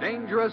Dangerous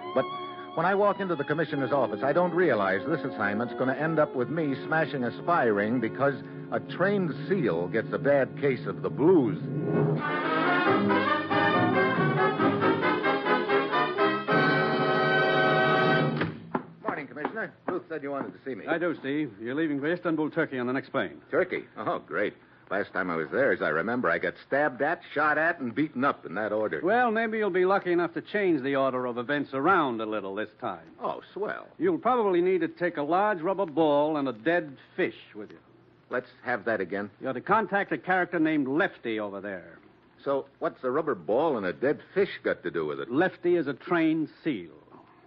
But when I walk into the commissioner's office, I don't realize this assignment's going to end up with me smashing a spy ring because a trained seal gets a bad case of the blues. Morning, Commissioner. Ruth said you wanted to see me. I do, Steve. You're leaving for Istanbul, Turkey on the next plane. Turkey. Oh, great. Last time I was there, as I remember, I got stabbed at, shot at, and beaten up in that order. Well, maybe you'll be lucky enough to change the order of events around a little this time. Oh, swell. You'll probably need to take a large rubber ball and a dead fish with you. Let's have that again. You're to contact a character named Lefty over there. So, what's a rubber ball and a dead fish got to do with it? Lefty is a trained seal.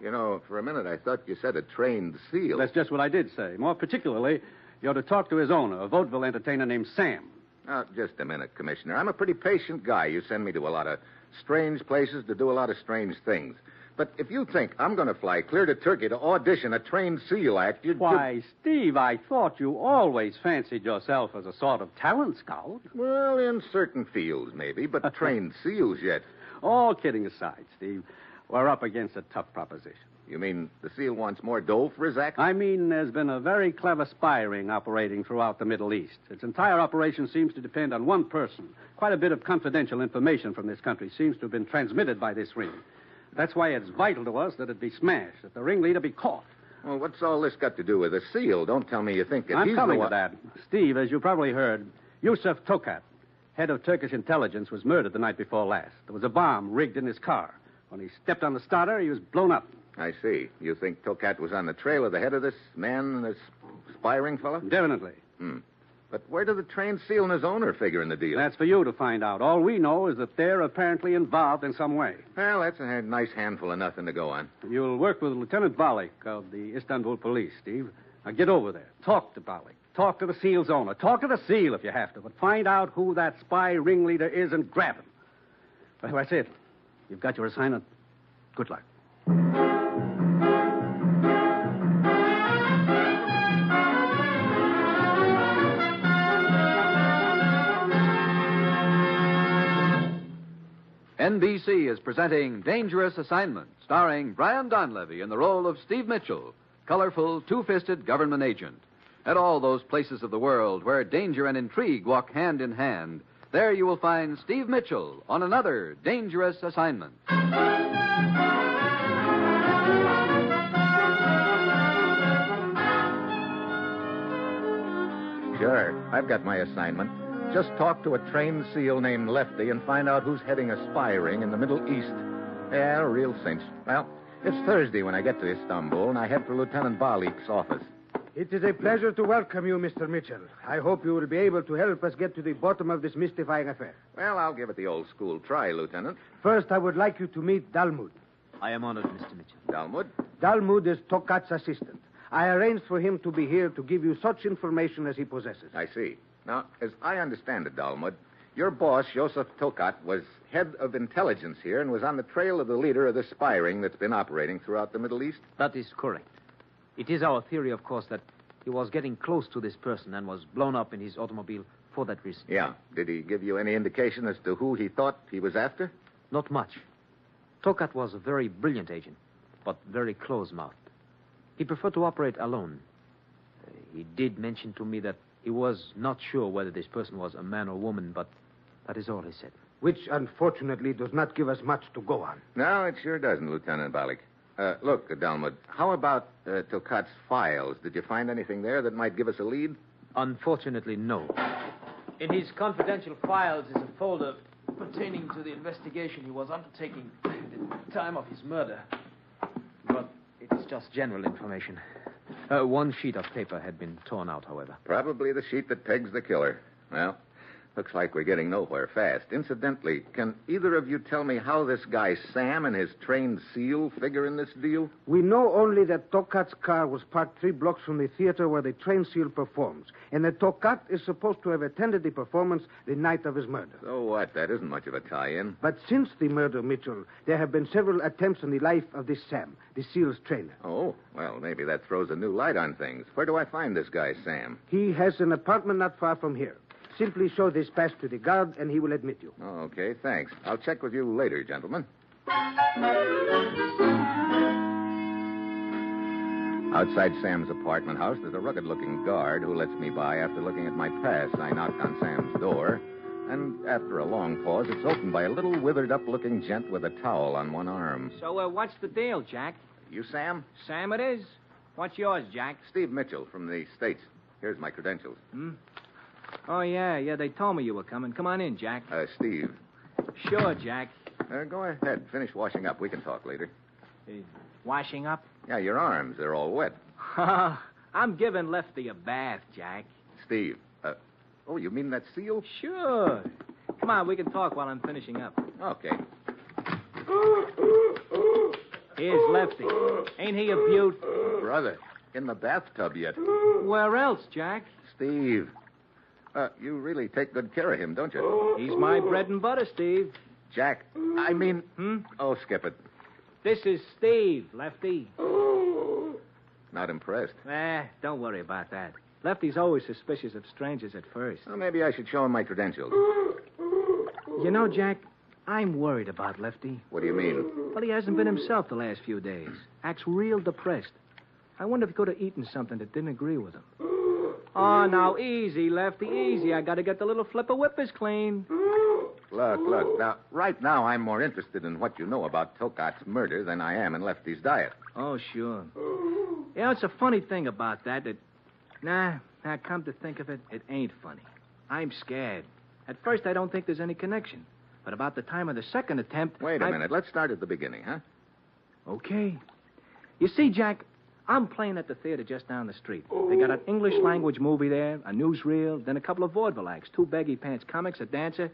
You know, for a minute I thought you said a trained seal. That's just what I did say. More particularly, you're to talk to his owner, a vaudeville entertainer named Sam. Now, just a minute, Commissioner. I'm a pretty patient guy. You send me to a lot of strange places to do a lot of strange things. But if you think I'm going to fly clear to Turkey to audition a trained seal act, you'd. Why, Steve, I thought you always fancied yourself as a sort of talent scout. Well, in certain fields, maybe, but trained seals yet. All kidding aside, Steve, we're up against a tough proposition. You mean the seal wants more dough for his act? I mean, there's been a very clever spy ring operating throughout the Middle East. Its entire operation seems to depend on one person. Quite a bit of confidential information from this country seems to have been transmitted by this ring. That's why it's vital to us that it be smashed, that the ringleader be caught. Well, what's all this got to do with a seal? Don't tell me you think that I'm he's coming the one... to that. Steve, as you probably heard, Yusuf Tokat, head of Turkish intelligence, was murdered the night before last. There was a bomb rigged in his car. When he stepped on the starter, he was blown up. I see. You think Tokat was on the trail of the head of this man, this spy ring fella? Definitely. But where do the trained seal and his owner figure in the deal? That's for you to find out. All we know is that they're apparently involved in some way. Well, that's a nice handful of nothing to go on. You'll work with Lieutenant Balik of the Istanbul police, Steve. Now get over there. Talk to Balik. Talk to the SEAL's owner. Talk to the SEAL if you have to, but find out who that spy ringleader is and grab him. Well, that's it. You've got your assignment. Good luck. NBC is presenting Dangerous Assignment, starring Brian Donlevy in the role of Steve Mitchell, colorful, two fisted government agent. At all those places of the world where danger and intrigue walk hand in hand, there you will find Steve Mitchell on another Dangerous Assignment. Sure. I've got my assignment. Just talk to a trained SEAL named Lefty and find out who's heading a spy ring in the Middle East. Yeah, a real cinch. Well, it's Thursday when I get to Istanbul, and I head for Lieutenant Balik's office. It is a pleasure to welcome you, Mr. Mitchell. I hope you will be able to help us get to the bottom of this mystifying affair. Well, I'll give it the old school try, Lieutenant. First, I would like you to meet Dalmud. I am honored, Mr. Mitchell. Dalmud? Dalmud is Tokat's assistant. I arranged for him to be here to give you such information as he possesses. I see. Now, as I understand it, Dalmud, your boss, Joseph Tokat, was head of intelligence here and was on the trail of the leader of the spy ring that's been operating throughout the Middle East. That is correct. It is our theory, of course, that he was getting close to this person and was blown up in his automobile for that reason. Yeah. Did he give you any indication as to who he thought he was after? Not much. Tokat was a very brilliant agent, but very close mouthed. He preferred to operate alone. Uh, he did mention to me that he was not sure whether this person was a man or woman, but that is all he said. Which, unfortunately, does not give us much to go on. No, it sure doesn't, Lieutenant Balik. Uh, look, Dalmud, how about uh, Tokat's files? Did you find anything there that might give us a lead? Unfortunately, no. In his confidential files is a folder pertaining to the investigation he was undertaking at the time of his murder. But it is just general information. Uh, one sheet of paper had been torn out, however. Probably the sheet that pegs the killer. Well, looks like we're getting nowhere fast. Incidentally, can either of you tell me how this guy Sam and his trained seal figure in this deal? We know only that Tokat's car was parked three blocks from the theater where the train seal performs, and that Tokat is supposed to have attended the performance the night of his murder. So what? That isn't much of a tie-in. But since the murder, Mitchell, there have been several attempts on the life of this Sam, the seal's trainer. Oh, well, maybe that throws a new light on things. Where do I find this guy Sam? He has an apartment not far from here. Simply show this pass to the guard, and he will admit you. Oh, okay, thanks. I'll check with you later, gentlemen. Outside Sam's apartment house, there's a rugged looking guard who lets me by after looking at my pass. I knocked on Sam's door, and after a long pause, it's opened by a little withered up looking gent with a towel on one arm. So, uh, what's the deal, Jack? You, Sam? Sam it is. What's yours, Jack? Steve Mitchell from the States. Here's my credentials. Oh, yeah, yeah, they told me you were coming. Come on in, Jack. Uh, Steve, Sure, Jack. uh, go ahead. Finish washing up. We can talk later. Washing up? Yeah, your arms, they're all wet. I'm giving Lefty a bath, Jack. Steve. Uh, oh, you mean that seal? Sure. Come on, we can talk while I'm finishing up. Okay. Here's Lefty. Ain't he a beaut? Brother, in the bathtub yet. Where else, Jack? Steve. Uh, you really take good care of him, don't you? He's my bread and butter, Steve. Jack, I mean. Oh, skip it. This is Steve, Lefty. Not impressed. Eh, don't worry about that. Lefty's always suspicious of strangers at first. Well, maybe I should show him my credentials. You know, Jack, I'm worried about Lefty. What do you mean? Well, he hasn't been himself the last few days. Acts real depressed. I wonder if he could have eaten something that didn't agree with him. Oh, now, easy, Lefty, easy. I gotta get the little flipper whippers clean. Look, look. Now, right now, I'm more interested in what you know about Tokat's murder than I am in Lefty's diet. Oh, sure. You know, it's a funny thing about that that. Nah, nah, come to think of it, it ain't funny. I'm scared. At first, I don't think there's any connection. But about the time of the second attempt. Wait a I- minute. Let's start at the beginning, huh? Okay. You see, Jack, I'm playing at the theater just down the street. They got an English language movie there, a newsreel, then a couple of vaudeville acts, two baggy pants comics, a dancer,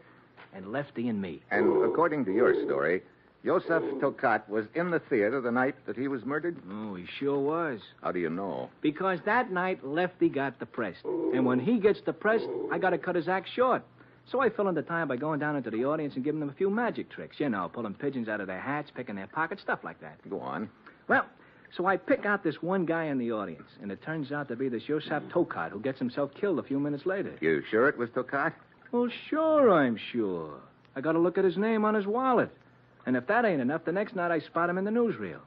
and Lefty and me. And according to your story, Joseph Tokat was in the theater the night that he was murdered? Oh, he sure was. How do you know? Because that night, Lefty got depressed. And when he gets depressed, I got to cut his act short. So I fill in the time by going down into the audience and giving them a few magic tricks. You know, pulling pigeons out of their hats, picking their pockets, stuff like that. Go on. Well, so I pick out this one guy in the audience, and it turns out to be this Joseph Tokat who gets himself killed a few minutes later. You sure it was Tokat? Well, sure, I'm sure. I got to look at his name on his wallet. And if that ain't enough, the next night I spot him in the newsreel.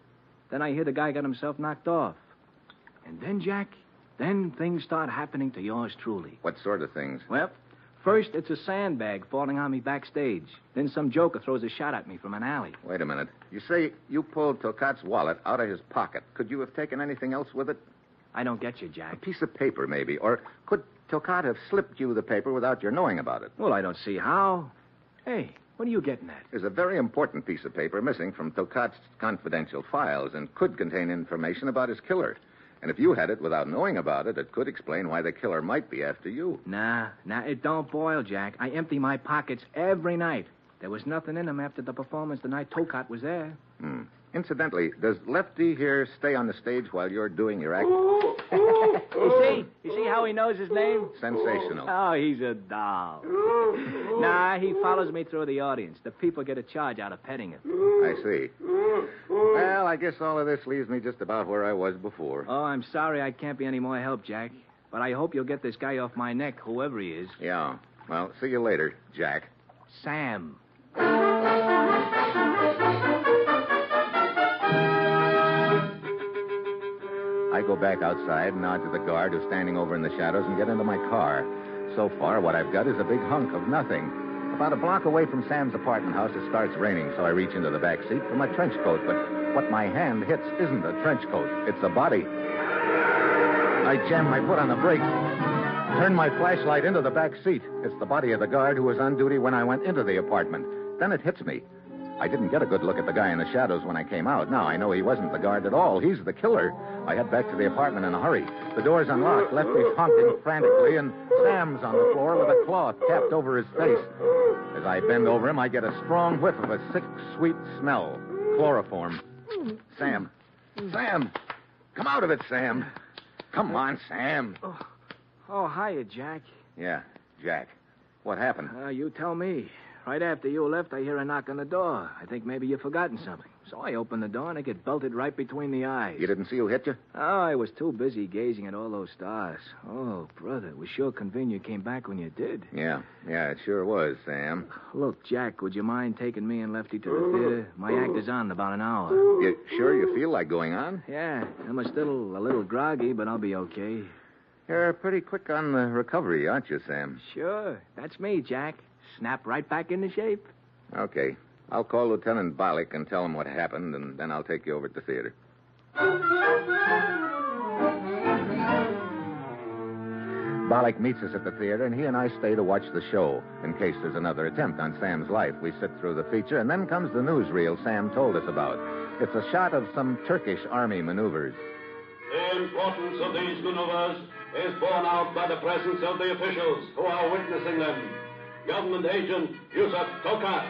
Then I hear the guy got himself knocked off. And then, Jack, then things start happening to yours truly. What sort of things? Well, first it's a sandbag falling on me backstage. Then some joker throws a shot at me from an alley. Wait a minute. You say you pulled Tokat's wallet out of his pocket. Could you have taken anything else with it? I don't get you, Jack. A piece of paper, maybe. Or could Tokat have slipped you the paper without your knowing about it. Well, I don't see how. Hey, what are you getting at? There's a very important piece of paper missing from Tokat's confidential files and could contain information about his killer. And if you had it without knowing about it, it could explain why the killer might be after you. Nah, nah, it don't boil, Jack. I empty my pockets every night. There was nothing in them after the performance the night Tokat was there. Hmm. Incidentally, does Lefty here stay on the stage while you're doing your act? You see? You see how Oh, he knows his name? Sensational. Oh, he's a doll. nah, he follows me through the audience. The people get a charge out of petting him. I see. Well, I guess all of this leaves me just about where I was before. Oh, I'm sorry I can't be any more help, Jack. But I hope you'll get this guy off my neck, whoever he is. Yeah. Well, see you later, Jack. Sam. I go back outside, nod to the guard who's standing over in the shadows, and get into my car. So far, what I've got is a big hunk of nothing. About a block away from Sam's apartment house, it starts raining, so I reach into the back seat for my trench coat. But what my hand hits isn't a trench coat, it's a body. I jam my foot on the brake, turn my flashlight into the back seat. It's the body of the guard who was on duty when I went into the apartment. Then it hits me. I didn't get a good look at the guy in the shadows when I came out. Now I know he wasn't the guard at all. He's the killer. I head back to the apartment in a hurry. The door's unlocked. Lefty's honking frantically, and Sam's on the floor with a cloth capped over his face. As I bend over him, I get a strong whiff of a sick, sweet smell chloroform. Sam. Sam! Come out of it, Sam. Come on, Sam. Oh, hiya, Jack. Yeah, Jack. What happened? Uh, you tell me. Right after you left, I hear a knock on the door. I think maybe you've forgotten something. So I open the door and I get belted right between the eyes. You didn't see who hit you? Oh, I was too busy gazing at all those stars. Oh, brother, it was sure convenient you came back when you did. Yeah, yeah, it sure was, Sam. Look, Jack, would you mind taking me and Lefty to the theater? My act is on in about an hour. You sure you feel like going on? Yeah, I'm still a little groggy, but I'll be okay. You're pretty quick on the recovery, aren't you, Sam? Sure, that's me, Jack. Snap right back into shape. Okay. I'll call Lieutenant Bollock and tell him what happened, and then I'll take you over to the theater. Bollock meets us at the theater, and he and I stay to watch the show in case there's another attempt on Sam's life. We sit through the feature, and then comes the newsreel Sam told us about. It's a shot of some Turkish army maneuvers. The importance of these maneuvers is borne out by the presence of the officials who are witnessing them. Government agent Yusuf Tokat,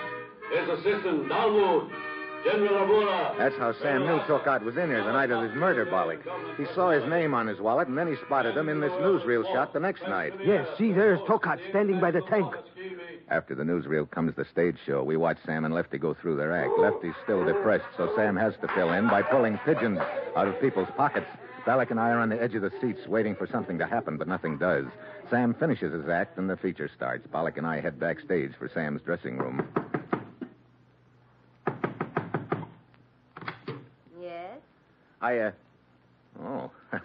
his assistant Dalwood, General Abura. That's how Sam knew Tokat was in here the night of his murder, Bollock. He saw his name on his wallet, and then he spotted him in this newsreel shot the next night. Yes, see, there's Tokat standing by the tank. After the newsreel comes the stage show. We watch Sam and Lefty go through their act. Lefty's still depressed, so Sam has to fill in by pulling pigeons out of people's pockets. Balak and I are on the edge of the seats waiting for something to happen, but nothing does. Sam finishes his act and the feature starts. Balak and I head backstage for Sam's dressing room. Yes? I, uh. Oh.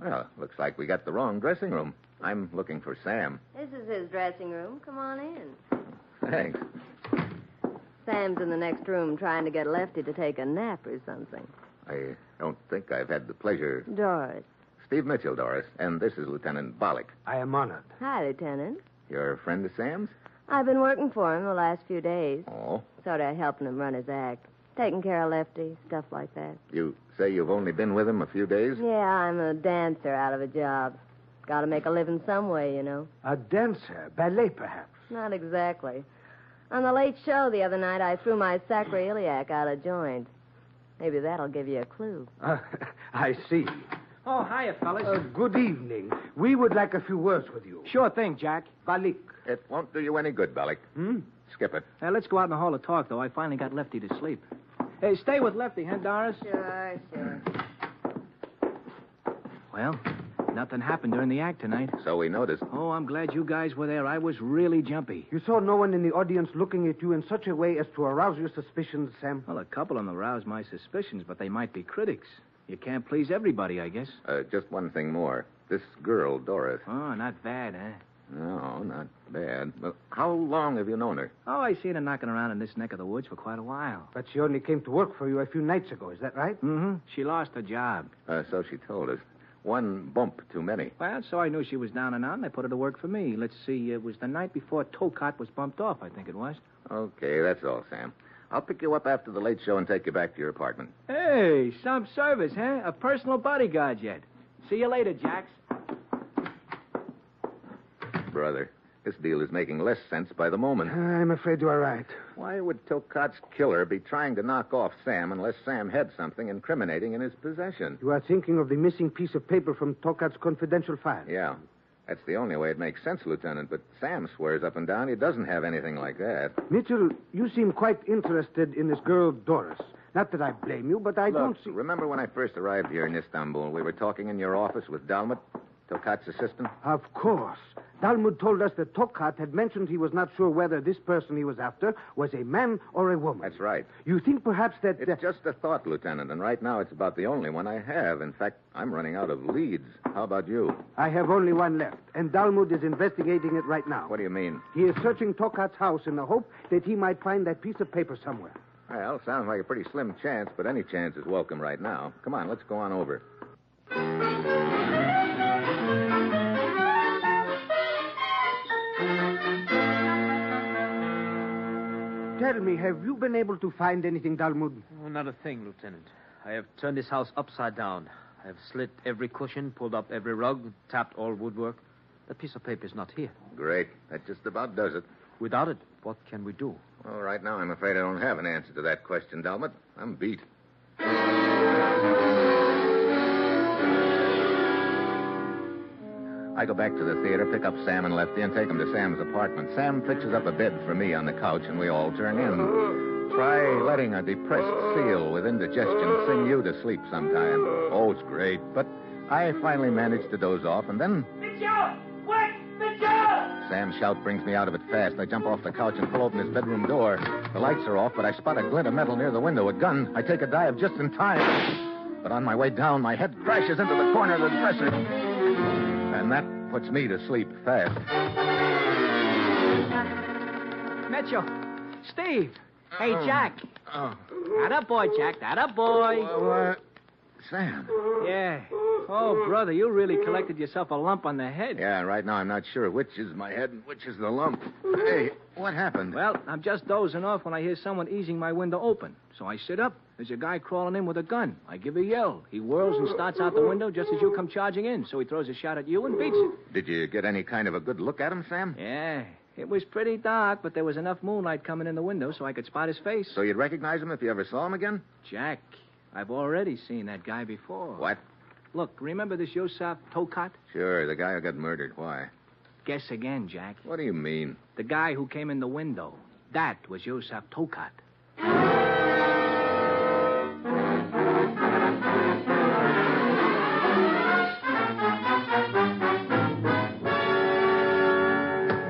Well, looks like we got the wrong dressing room. I'm looking for Sam. This is his dressing room. Come on in. Thanks. Sam's in the next room trying to get Lefty to take a nap or something. I don't think I've had the pleasure. Doris. Steve Mitchell, Doris, and this is Lieutenant Bollock. I am honored. Hi, Lieutenant. Your friend of Sam's? I've been working for him the last few days, Oh. sort of helping him run his act, taking care of Lefty, stuff like that. You say you've only been with him a few days? Yeah, I'm a dancer out of a job. Got to make a living some way, you know. A dancer, ballet, perhaps. Not exactly. On the late show the other night, I threw my sacroiliac out of joint. Maybe that'll give you a clue. Uh, I see. Oh, hiya, fellas. Uh, good evening. We would like a few words with you. sure thing, Jack. Balik. It won't do you any good, Bellick. Hmm? Skip it. Now, Uh, let's go out in the hall to talk, though. I finally got Lefty to sleep. Hey, stay with Lefty, huh, Doris? Sure, sure. Well, nothing happened during the act tonight. So we noticed. Oh, I'm glad you guys were there. I was really jumpy. You saw no one in the audience looking at you in such a way as to arouse your suspicions, Sam. Well, a couple of them aroused my suspicions, but they might be critics. You can't please everybody, I guess. Uh, just one thing more. This girl, Doris. Oh, not bad, huh? No, not bad. Well, how long have you known her? Oh, I seen her knocking around in this neck of the woods for quite a while. But Mm, she only came to work for you a few nights ago, is that right? Mm-hmm. She lost her job. Uh, so she told us. One bump too many. Well, so I knew she was down and out, and I put her to work for me. Let's see, it was the night before Tolcott was bumped off, I think it was. Okay, that's all, Sam. I'll pick you up after the late show and take you back to your apartment. Hey, some service, huh? A personal bodyguard yet. See you later, Jax. Brother, this deal is making less sense by the moment. I'm afraid you are right. Why would Tolcott's killer be trying to knock off Sam unless Sam had something incriminating in his possession? You are thinking of the missing piece of paper from Tokat's confidential file. Yeah. That's the only way it makes sense, Lieutenant, but Sam swears up and down he doesn't have anything like that. Mitchell, you seem quite interested in this girl, Doris. Not that I blame you, but I Look, don't see. Remember when I first arrived here in Istanbul? We were talking in your office with Dalmat, Tokat's assistant? Of course. Dalmud told us that Tokat had mentioned he was not sure whether this person he was after was a man or a woman. That's right. You think perhaps that. uh, It's just a thought, Lieutenant, and right now it's about the only one I have. In fact, I'm running out of leads. How about you? I have only one left, and Dalmud is investigating it right now. What do you mean? He is searching Tokat's house in the hope that he might find that piece of paper somewhere. Well, sounds like a pretty slim chance, but any chance is welcome right now. Come on, let's go on over. Tell me, have you been able to find anything, Dalmud? Oh, not a thing, Lieutenant. I have turned this house upside down. I have slit every cushion, pulled up every rug, tapped all woodwork. That piece of paper is not here. Great. That just about does it. Without it, what can we do? Well, right now I'm afraid I don't have an answer to that question, Dalmat. I'm beat. I go back to the theater, pick up Sam and Lefty, and take them to Sam's apartment. Sam fixes up a bed for me on the couch, and we all turn in. Try letting a depressed seal with indigestion sing you to sleep sometime. Oh, it's great. But I finally manage to doze off, and then Mitchell! Wait! Mitchell! Sam's shout brings me out of it fast. I jump off the couch and pull open his bedroom door. The lights are off, but I spot a glint of metal near the window. A gun. I take a dive just in time. But on my way down, my head crashes into the corner of the dresser. And that puts me to sleep fast. uh, Mitchell. Steve. Hey, Jack. That up, boy, Jack. That up, boy. uh, Sam. Yeah. Oh, brother, you really collected yourself a lump on the head. Yeah, right now I'm not sure which is my head and which is the lump. Hey, what happened? Well, I'm just dozing off when I hear someone easing my window open. So I sit up. There's a guy crawling in with a gun. I give a yell. He whirls and starts out the window just as you come charging in. So he throws a shot at you and beats it. Did you get any kind of a good look at him, Sam? Yeah. It was pretty dark, but there was enough moonlight coming in the window so I could spot his face. So you'd recognize him if you ever saw him again? Jack, I've already seen that guy before. What? Look, remember this Yosef Tokat? Sure, the guy who got murdered. Why? Guess again, Jack. What do you mean? The guy who came in the window. That was Yosef Tokat.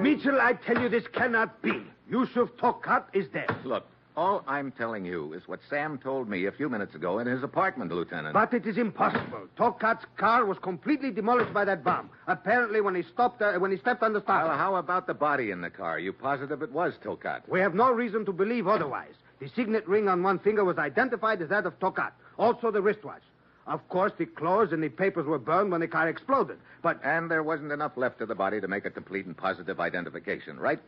Mitchell, I tell you this cannot be. Yusuf Tokat is dead. Look, all I'm telling you is what Sam told me a few minutes ago in his apartment, Lieutenant. But it is impossible. Tokat's car was completely demolished by that bomb. Apparently, when he stopped, uh, when he stepped on the starter. Well, how about the body in the car? Are you positive it was Tokat? We have no reason to believe otherwise. The signet ring on one finger was identified as that of Tokat. Also, the wristwatch. Of course, the clothes and the papers were burned when the car exploded. But and there wasn't enough left of the body to make a complete and positive identification, right?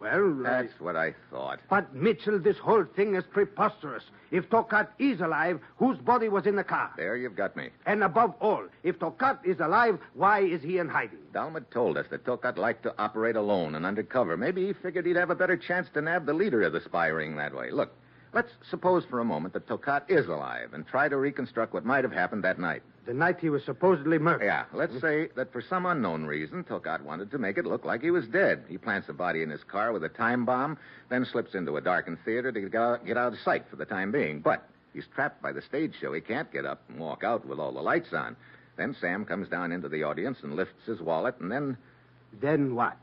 Well, I- that's what I thought. But Mitchell, this whole thing is preposterous. If Tokat is alive, whose body was in the car? There you've got me. And above all, if Tokat is alive, why is he in hiding? Dalmat told us that Tokat liked to operate alone and undercover. Maybe he figured he'd have a better chance to nab the leader of the spy ring that way. Look, let's suppose for a moment that Tokat is alive and try to reconstruct what might have happened that night. The night he was supposedly murdered. Yeah, let's say that for some unknown reason, Tokat wanted to make it look like he was dead. He plants the body in his car with a time bomb, then slips into a darkened theater to get out, get out of sight for the time being. But he's trapped by the stage show. He can't get up and walk out with all the lights on. Then Sam comes down into the audience and lifts his wallet, and then. Then what?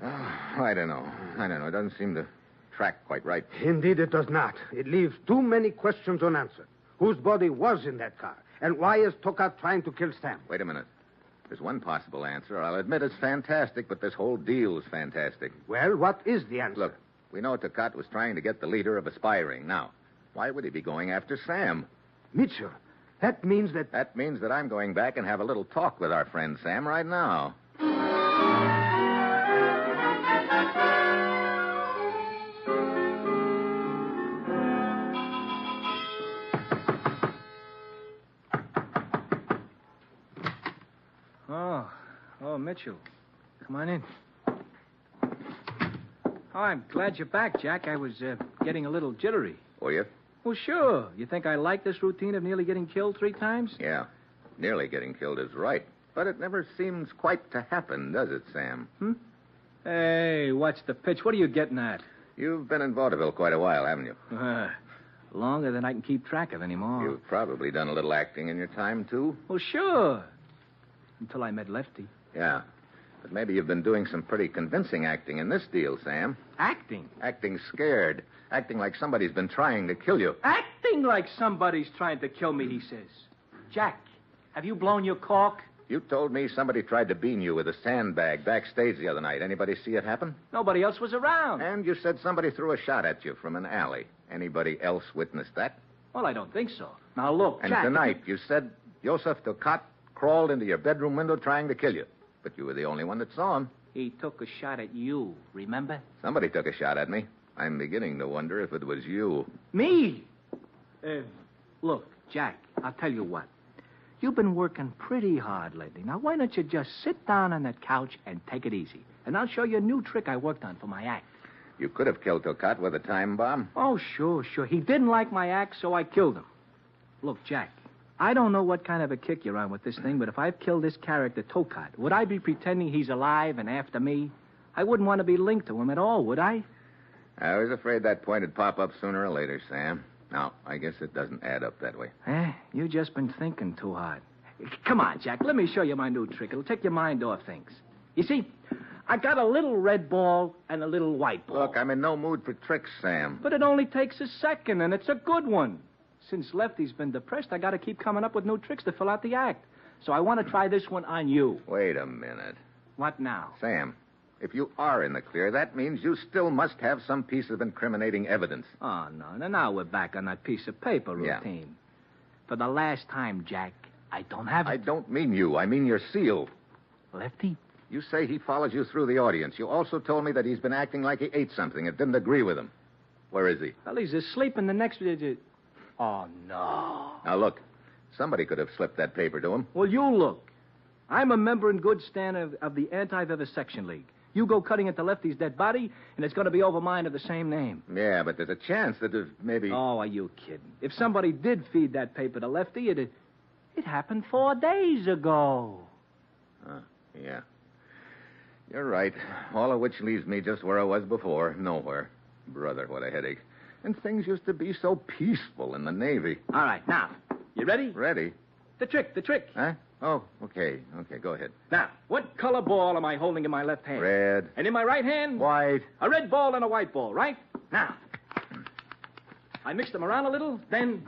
I don't know. I don't know. It doesn't seem to track quite right. Indeed, it does not. It leaves too many questions unanswered. Whose body was in that car? And why is Tokat trying to kill Sam? Wait a minute. There's one possible answer. I'll admit it's fantastic, but this whole deal's fantastic. Well, what is the answer? Look, we know Tokat was trying to get the leader of a spy ring. Now, why would he be going after Sam? Mitchell, That means that. That means that I'm going back and have a little talk with our friend Sam right now. Oh, oh, Mitchell. Come on in. Oh, I'm glad you're back, Jack. I was uh, getting a little jittery. Were you? Well, sure. You think I like this routine of nearly getting killed three times? Yeah. Nearly getting killed is right. But it never seems quite to happen, does it, Sam? Hey, what's the pitch? What are you getting at? You've been in vaudeville quite a while, haven't you? Uh, longer than I can keep track of anymore. You've probably done a little acting in your time, too. Well, sure. Until I met Lefty. Yeah. But maybe you've been doing some pretty convincing acting in this deal, Sam. Acting? Acting scared. Acting like somebody's been trying to kill you. Acting like somebody's trying to kill me, he says. Jack, have you blown your cork? You told me somebody tried to bean you with a sandbag backstage the other night. Anybody see it happen? Nobody else was around. And you said somebody threw a shot at you from an alley. Anybody else witnessed that? Well, I don't think so. Now, look, And Jack. tonight you said Joseph Ducat crawled into your bedroom window trying to kill you. But you were the only one that saw him. He took a shot at you, remember? Somebody took a shot at me. I'm beginning to wonder if it was you. Me? Uh, look, Jack, I'll tell you what. You've been working pretty hard lately. Now, why don't you just sit down on that couch and take it easy? And I'll show you a new trick I worked on for my act. You could have killed Ducat with a time bomb. Oh, sure, sure. He didn't like my act, so I killed him. Look, Jack, I don't know what kind of a kick you're on with this thing, but if I've killed this character, Tokat, would I be pretending he's alive and after me? I wouldn't want to be linked to him at all, would I? I was afraid that point would pop up sooner or later, Sam. Now, I guess it doesn't add up that way. Eh, you've just been thinking too hard. Come on, Jack. Let me show you my new trick. It'll take your mind off things. You see, I got a little red ball and a little white ball. Look, I'm in no mood for tricks, Sam. But it only takes a second, and it's a good one. Since Lefty's been depressed, I got to keep coming up with new tricks to fill out the act. So I want to try this one on you. Wait a minute. What now? Sam, if you are in the clear, that means you still must have some piece of incriminating evidence. Oh, no, no, now we're back on that piece of paper Yeah. routine. For the last time, Jack, I don't have it. I don't mean you. I mean your seal. Lefty? You say he follows you through the audience. You also told me that he's been acting like he ate something. It didn't agree with him. Where is he? Well, he's asleep in the next... Oh, no. Now, look. Somebody could have slipped that paper to him. Well, you look. I'm a member in good stand of, of the Anti-Vivisection League. You go cutting at the Lefty's dead body, and it's going to be over mine of the same name. Yeah, but there's a chance that if maybe. Oh, are you kidding? If somebody did feed that paper to Lefty, it it happened four days ago. Yeah. You're right. All of which leaves me just where I was before nowhere. Brother, what a headache. And things used to be so peaceful in the Navy. All right, now. You ready? Ready? The trick, the trick. Huh? Oh, okay. Okay, go ahead. Now, what color ball am I holding in my left hand? Red, And in my right hand? white. A red ball and a white ball, right? Now, I mix them around a little, then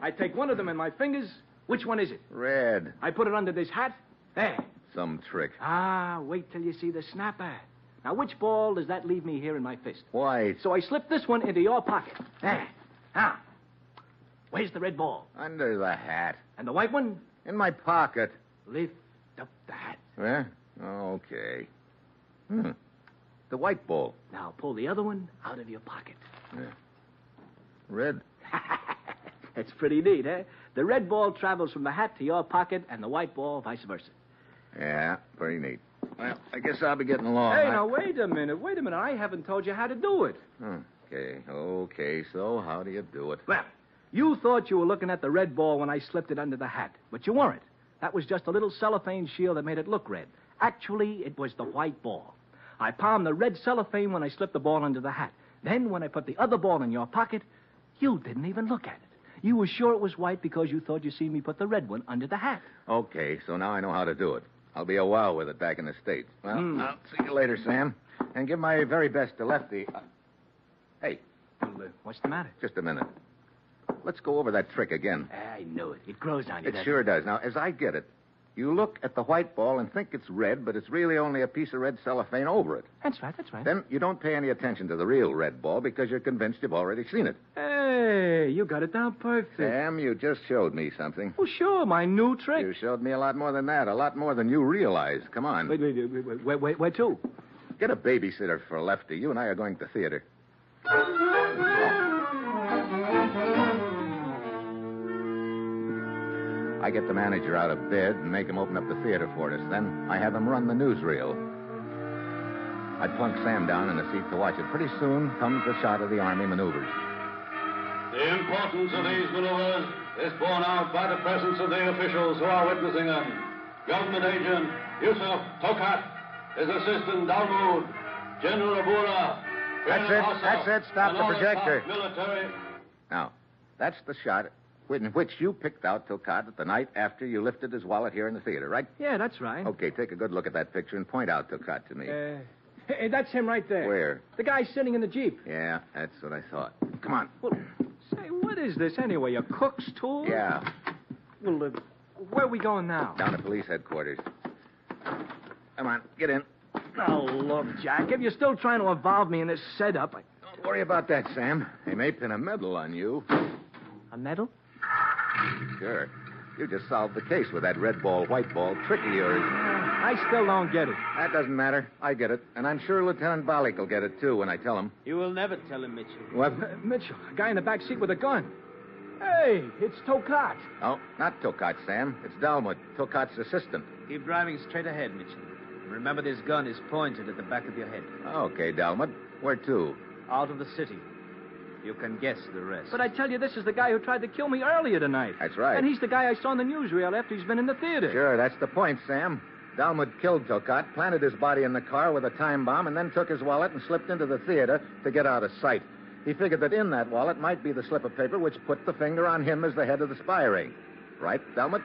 I take one of them in my fingers. Which one is it? Red. I put it under this hat. There. Some trick. Ah, wait till you see the snapper. Now, which ball does that leave me here in my fist? White. So I slip this one into your pocket. There. Now, where's the red ball? Under the hat. And the white one? In my pocket. Lift up the hat. Yeah? Okay. Hmm. The white ball. Now pull the other one out of your pocket. Red. That's pretty neat, eh? The red ball travels from the hat to your pocket, and the white ball vice versa. Yeah, pretty neat. Well, I guess I'll be getting along. hey, I- now wait a minute, wait a minute. I haven't told you how to do it. Hmm. Okay, okay. So, how do you do it? Well, you thought you were looking at the red ball when I slipped it under the hat, but you weren't. That was just a little cellophane shield that made it look red. Actually, it was the white ball. I palmed the red cellophane when I slipped the ball under the hat. Then, when I put the other ball in your pocket, you didn't even look at it. You were sure it was white because you thought you seen me put the red one under the hat. Okay, so now I know how to do it. I'll be a while with it back in the States. Well, I'll see you later, Sam. And give my very best to Lefty. Uh, hey, Well, uh, what's the matter? just a minute. Let's go over that trick again. I knew it. It grows on you. It doesn't sure does. Now, as I get it, you look at the white ball and think it's red, but it's really only a piece of red cellophane over it. That's right. That's right. Then you don't pay any attention to the real red ball because you're convinced you've already seen it. Hey, you got it down perfect. Sam, you just showed me something. Oh, sure, my new trick. You showed me a lot more than that, a lot more than you realized. Come on. Wait, wait, wait, wait, wait, wait, where to? Get a babysitter for Lefty. You and I are going to theater. I get the manager out of bed and make him open up the theater for us. Then I have him run the newsreel. I plunk Sam down in a seat to watch it. Pretty soon comes the shot of the army maneuvers. The importance of these maneuvers is borne out by the presence of the officials who are witnessing them. Government agent Yusuf Tokat, his assistant Dalmood, General Abura. That's General it, Ossoff, that's it. Stop and the all top projector. Military. Now, that's the shot in which you picked out Tokat the night after you lifted his wallet here in the theater, right? Yeah, that's right. Okay, take a good look at that picture and point out Tokat to me. Uh, hey, that's him right there. Where? The guy sitting in the Jeep. Yeah, that's what I thought. Come on. Say, what is this anyway? A cook's tool? Yeah, Well, uh, where are we going now? down at police headquarters. Come on, get in. Now, Oh, look, Jack, if you're still trying to involve me in this setup, I... Don't worry about that, Sam. They may pin a medal on you. a medal? Sure. You just solved the case with that red ball, white ball trick of yours. I still don't get it. That doesn't matter. I get it. And I'm sure Lieutenant Bollock will get it, too, when I tell him. You will never tell him, Mitchell. What? Uh, Mitchell, a guy in the back seat with a gun. Hey, it's Tokat. No, not Tokat, Sam. It's Dalmud, Tokat's assistant. Keep driving straight ahead, Mitchell. Remember, this gun is pointed at the back of your head. Okay, Dalmud. Where to? Out of the city. You can guess the rest. But I tell you, this is the guy who tried to kill me earlier tonight. That's right. And he's the guy I saw in the newsreel after he's been in the theater. Sure, that's the point, Sam. Dalmud killed Tokat, planted his body in the car with a time bomb, and then took his wallet and slipped into the theater to get out of sight. He figured that in that wallet might be the slip of paper which put the finger on him as the head of the spy ring. Right, Dalmud?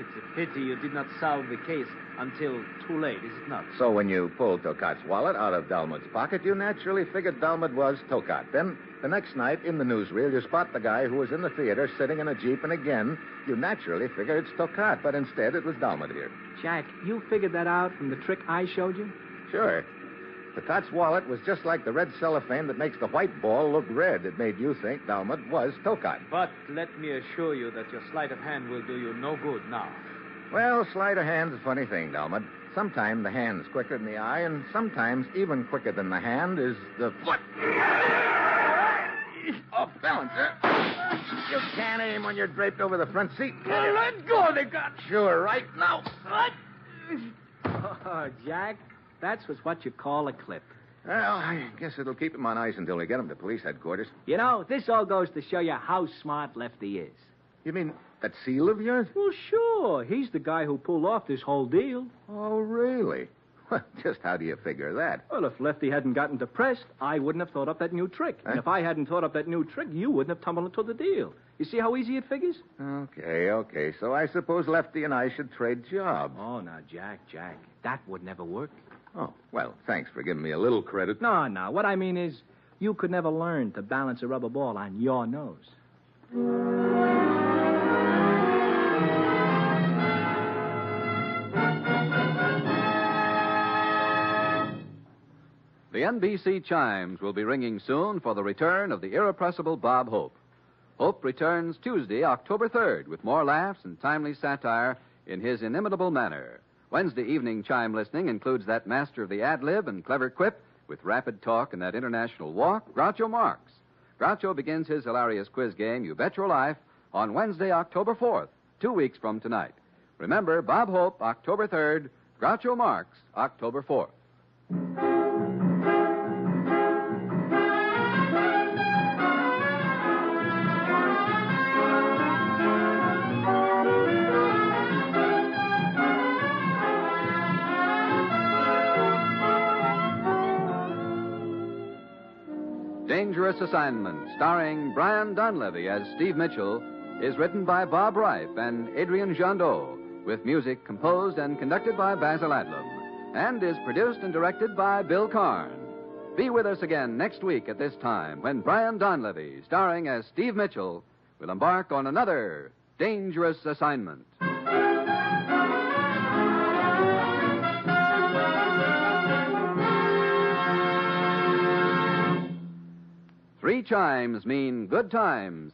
It's a pity you did not solve the case until too late, is it not? So when you pulled Tokat's wallet out of Dalmud's pocket, you naturally figured Dalmud was Tokat. Then the next night in the newsreel, you spot the guy who was in the theater sitting in a jeep, and again you naturally figure it's Tokat, but instead it was Dalmud here. Jack, you figured that out from the trick I showed you? Sure. Tokat's wallet was just like the red cellophane that makes the white ball look red. It made you think Dalmud was Tokat. But let me assure you that your sleight of hand will do you no good now. Well, sleight of hand's a funny thing, Dalmud. Sometimes the hand's quicker than the eye, and sometimes even quicker than the hand is the foot. Off balance, huh? You can't aim when you're draped over the front seat. Well, let go, they got. Sure, right now. What? Oh, Jack, that's was what you call a clip. Well, I guess it'll keep him on ice until we get him to police headquarters. You know, this all goes to show you how smart Lefty is. You mean that seal of yours? Well, sure. He's the guy who pulled off this whole deal. Oh, really? Just how do you figure that? Well, if Lefty hadn't gotten depressed, I wouldn't have thought up that new trick. And Huh? if I hadn't thought up that new trick, you wouldn't have tumbled into the deal. You see how easy it figures? Okay, okay. So I suppose Lefty and I should trade jobs. Oh, now, Jack, Jack, that would never work. Oh, well, thanks for giving me a little credit. No, no. What I mean is, you could never learn to balance a rubber ball on your nose. The NBC chimes will be ringing soon for the return of the irrepressible Bob Hope. Hope returns Tuesday, October 3rd, with more laughs and timely satire in his inimitable manner. Wednesday evening chime listening includes that master of the ad lib and clever quip with rapid talk and that international walk, Groucho Marx. Groucho begins his hilarious quiz game, You Bet Your Life, on Wednesday, October 4th, two weeks from tonight. Remember, Bob Hope, October 3rd, Groucho Marx, October 4th. Dangerous Assignment, starring Brian Dunleavy as Steve Mitchell, is written by Bob Reif and Adrian Jandot, with music composed and conducted by Basil Adlam, and is produced and directed by Bill Karn. Be with us again next week at this time when Brian Donlevy, starring as Steve Mitchell, will embark on another dangerous assignment. Three chimes mean good times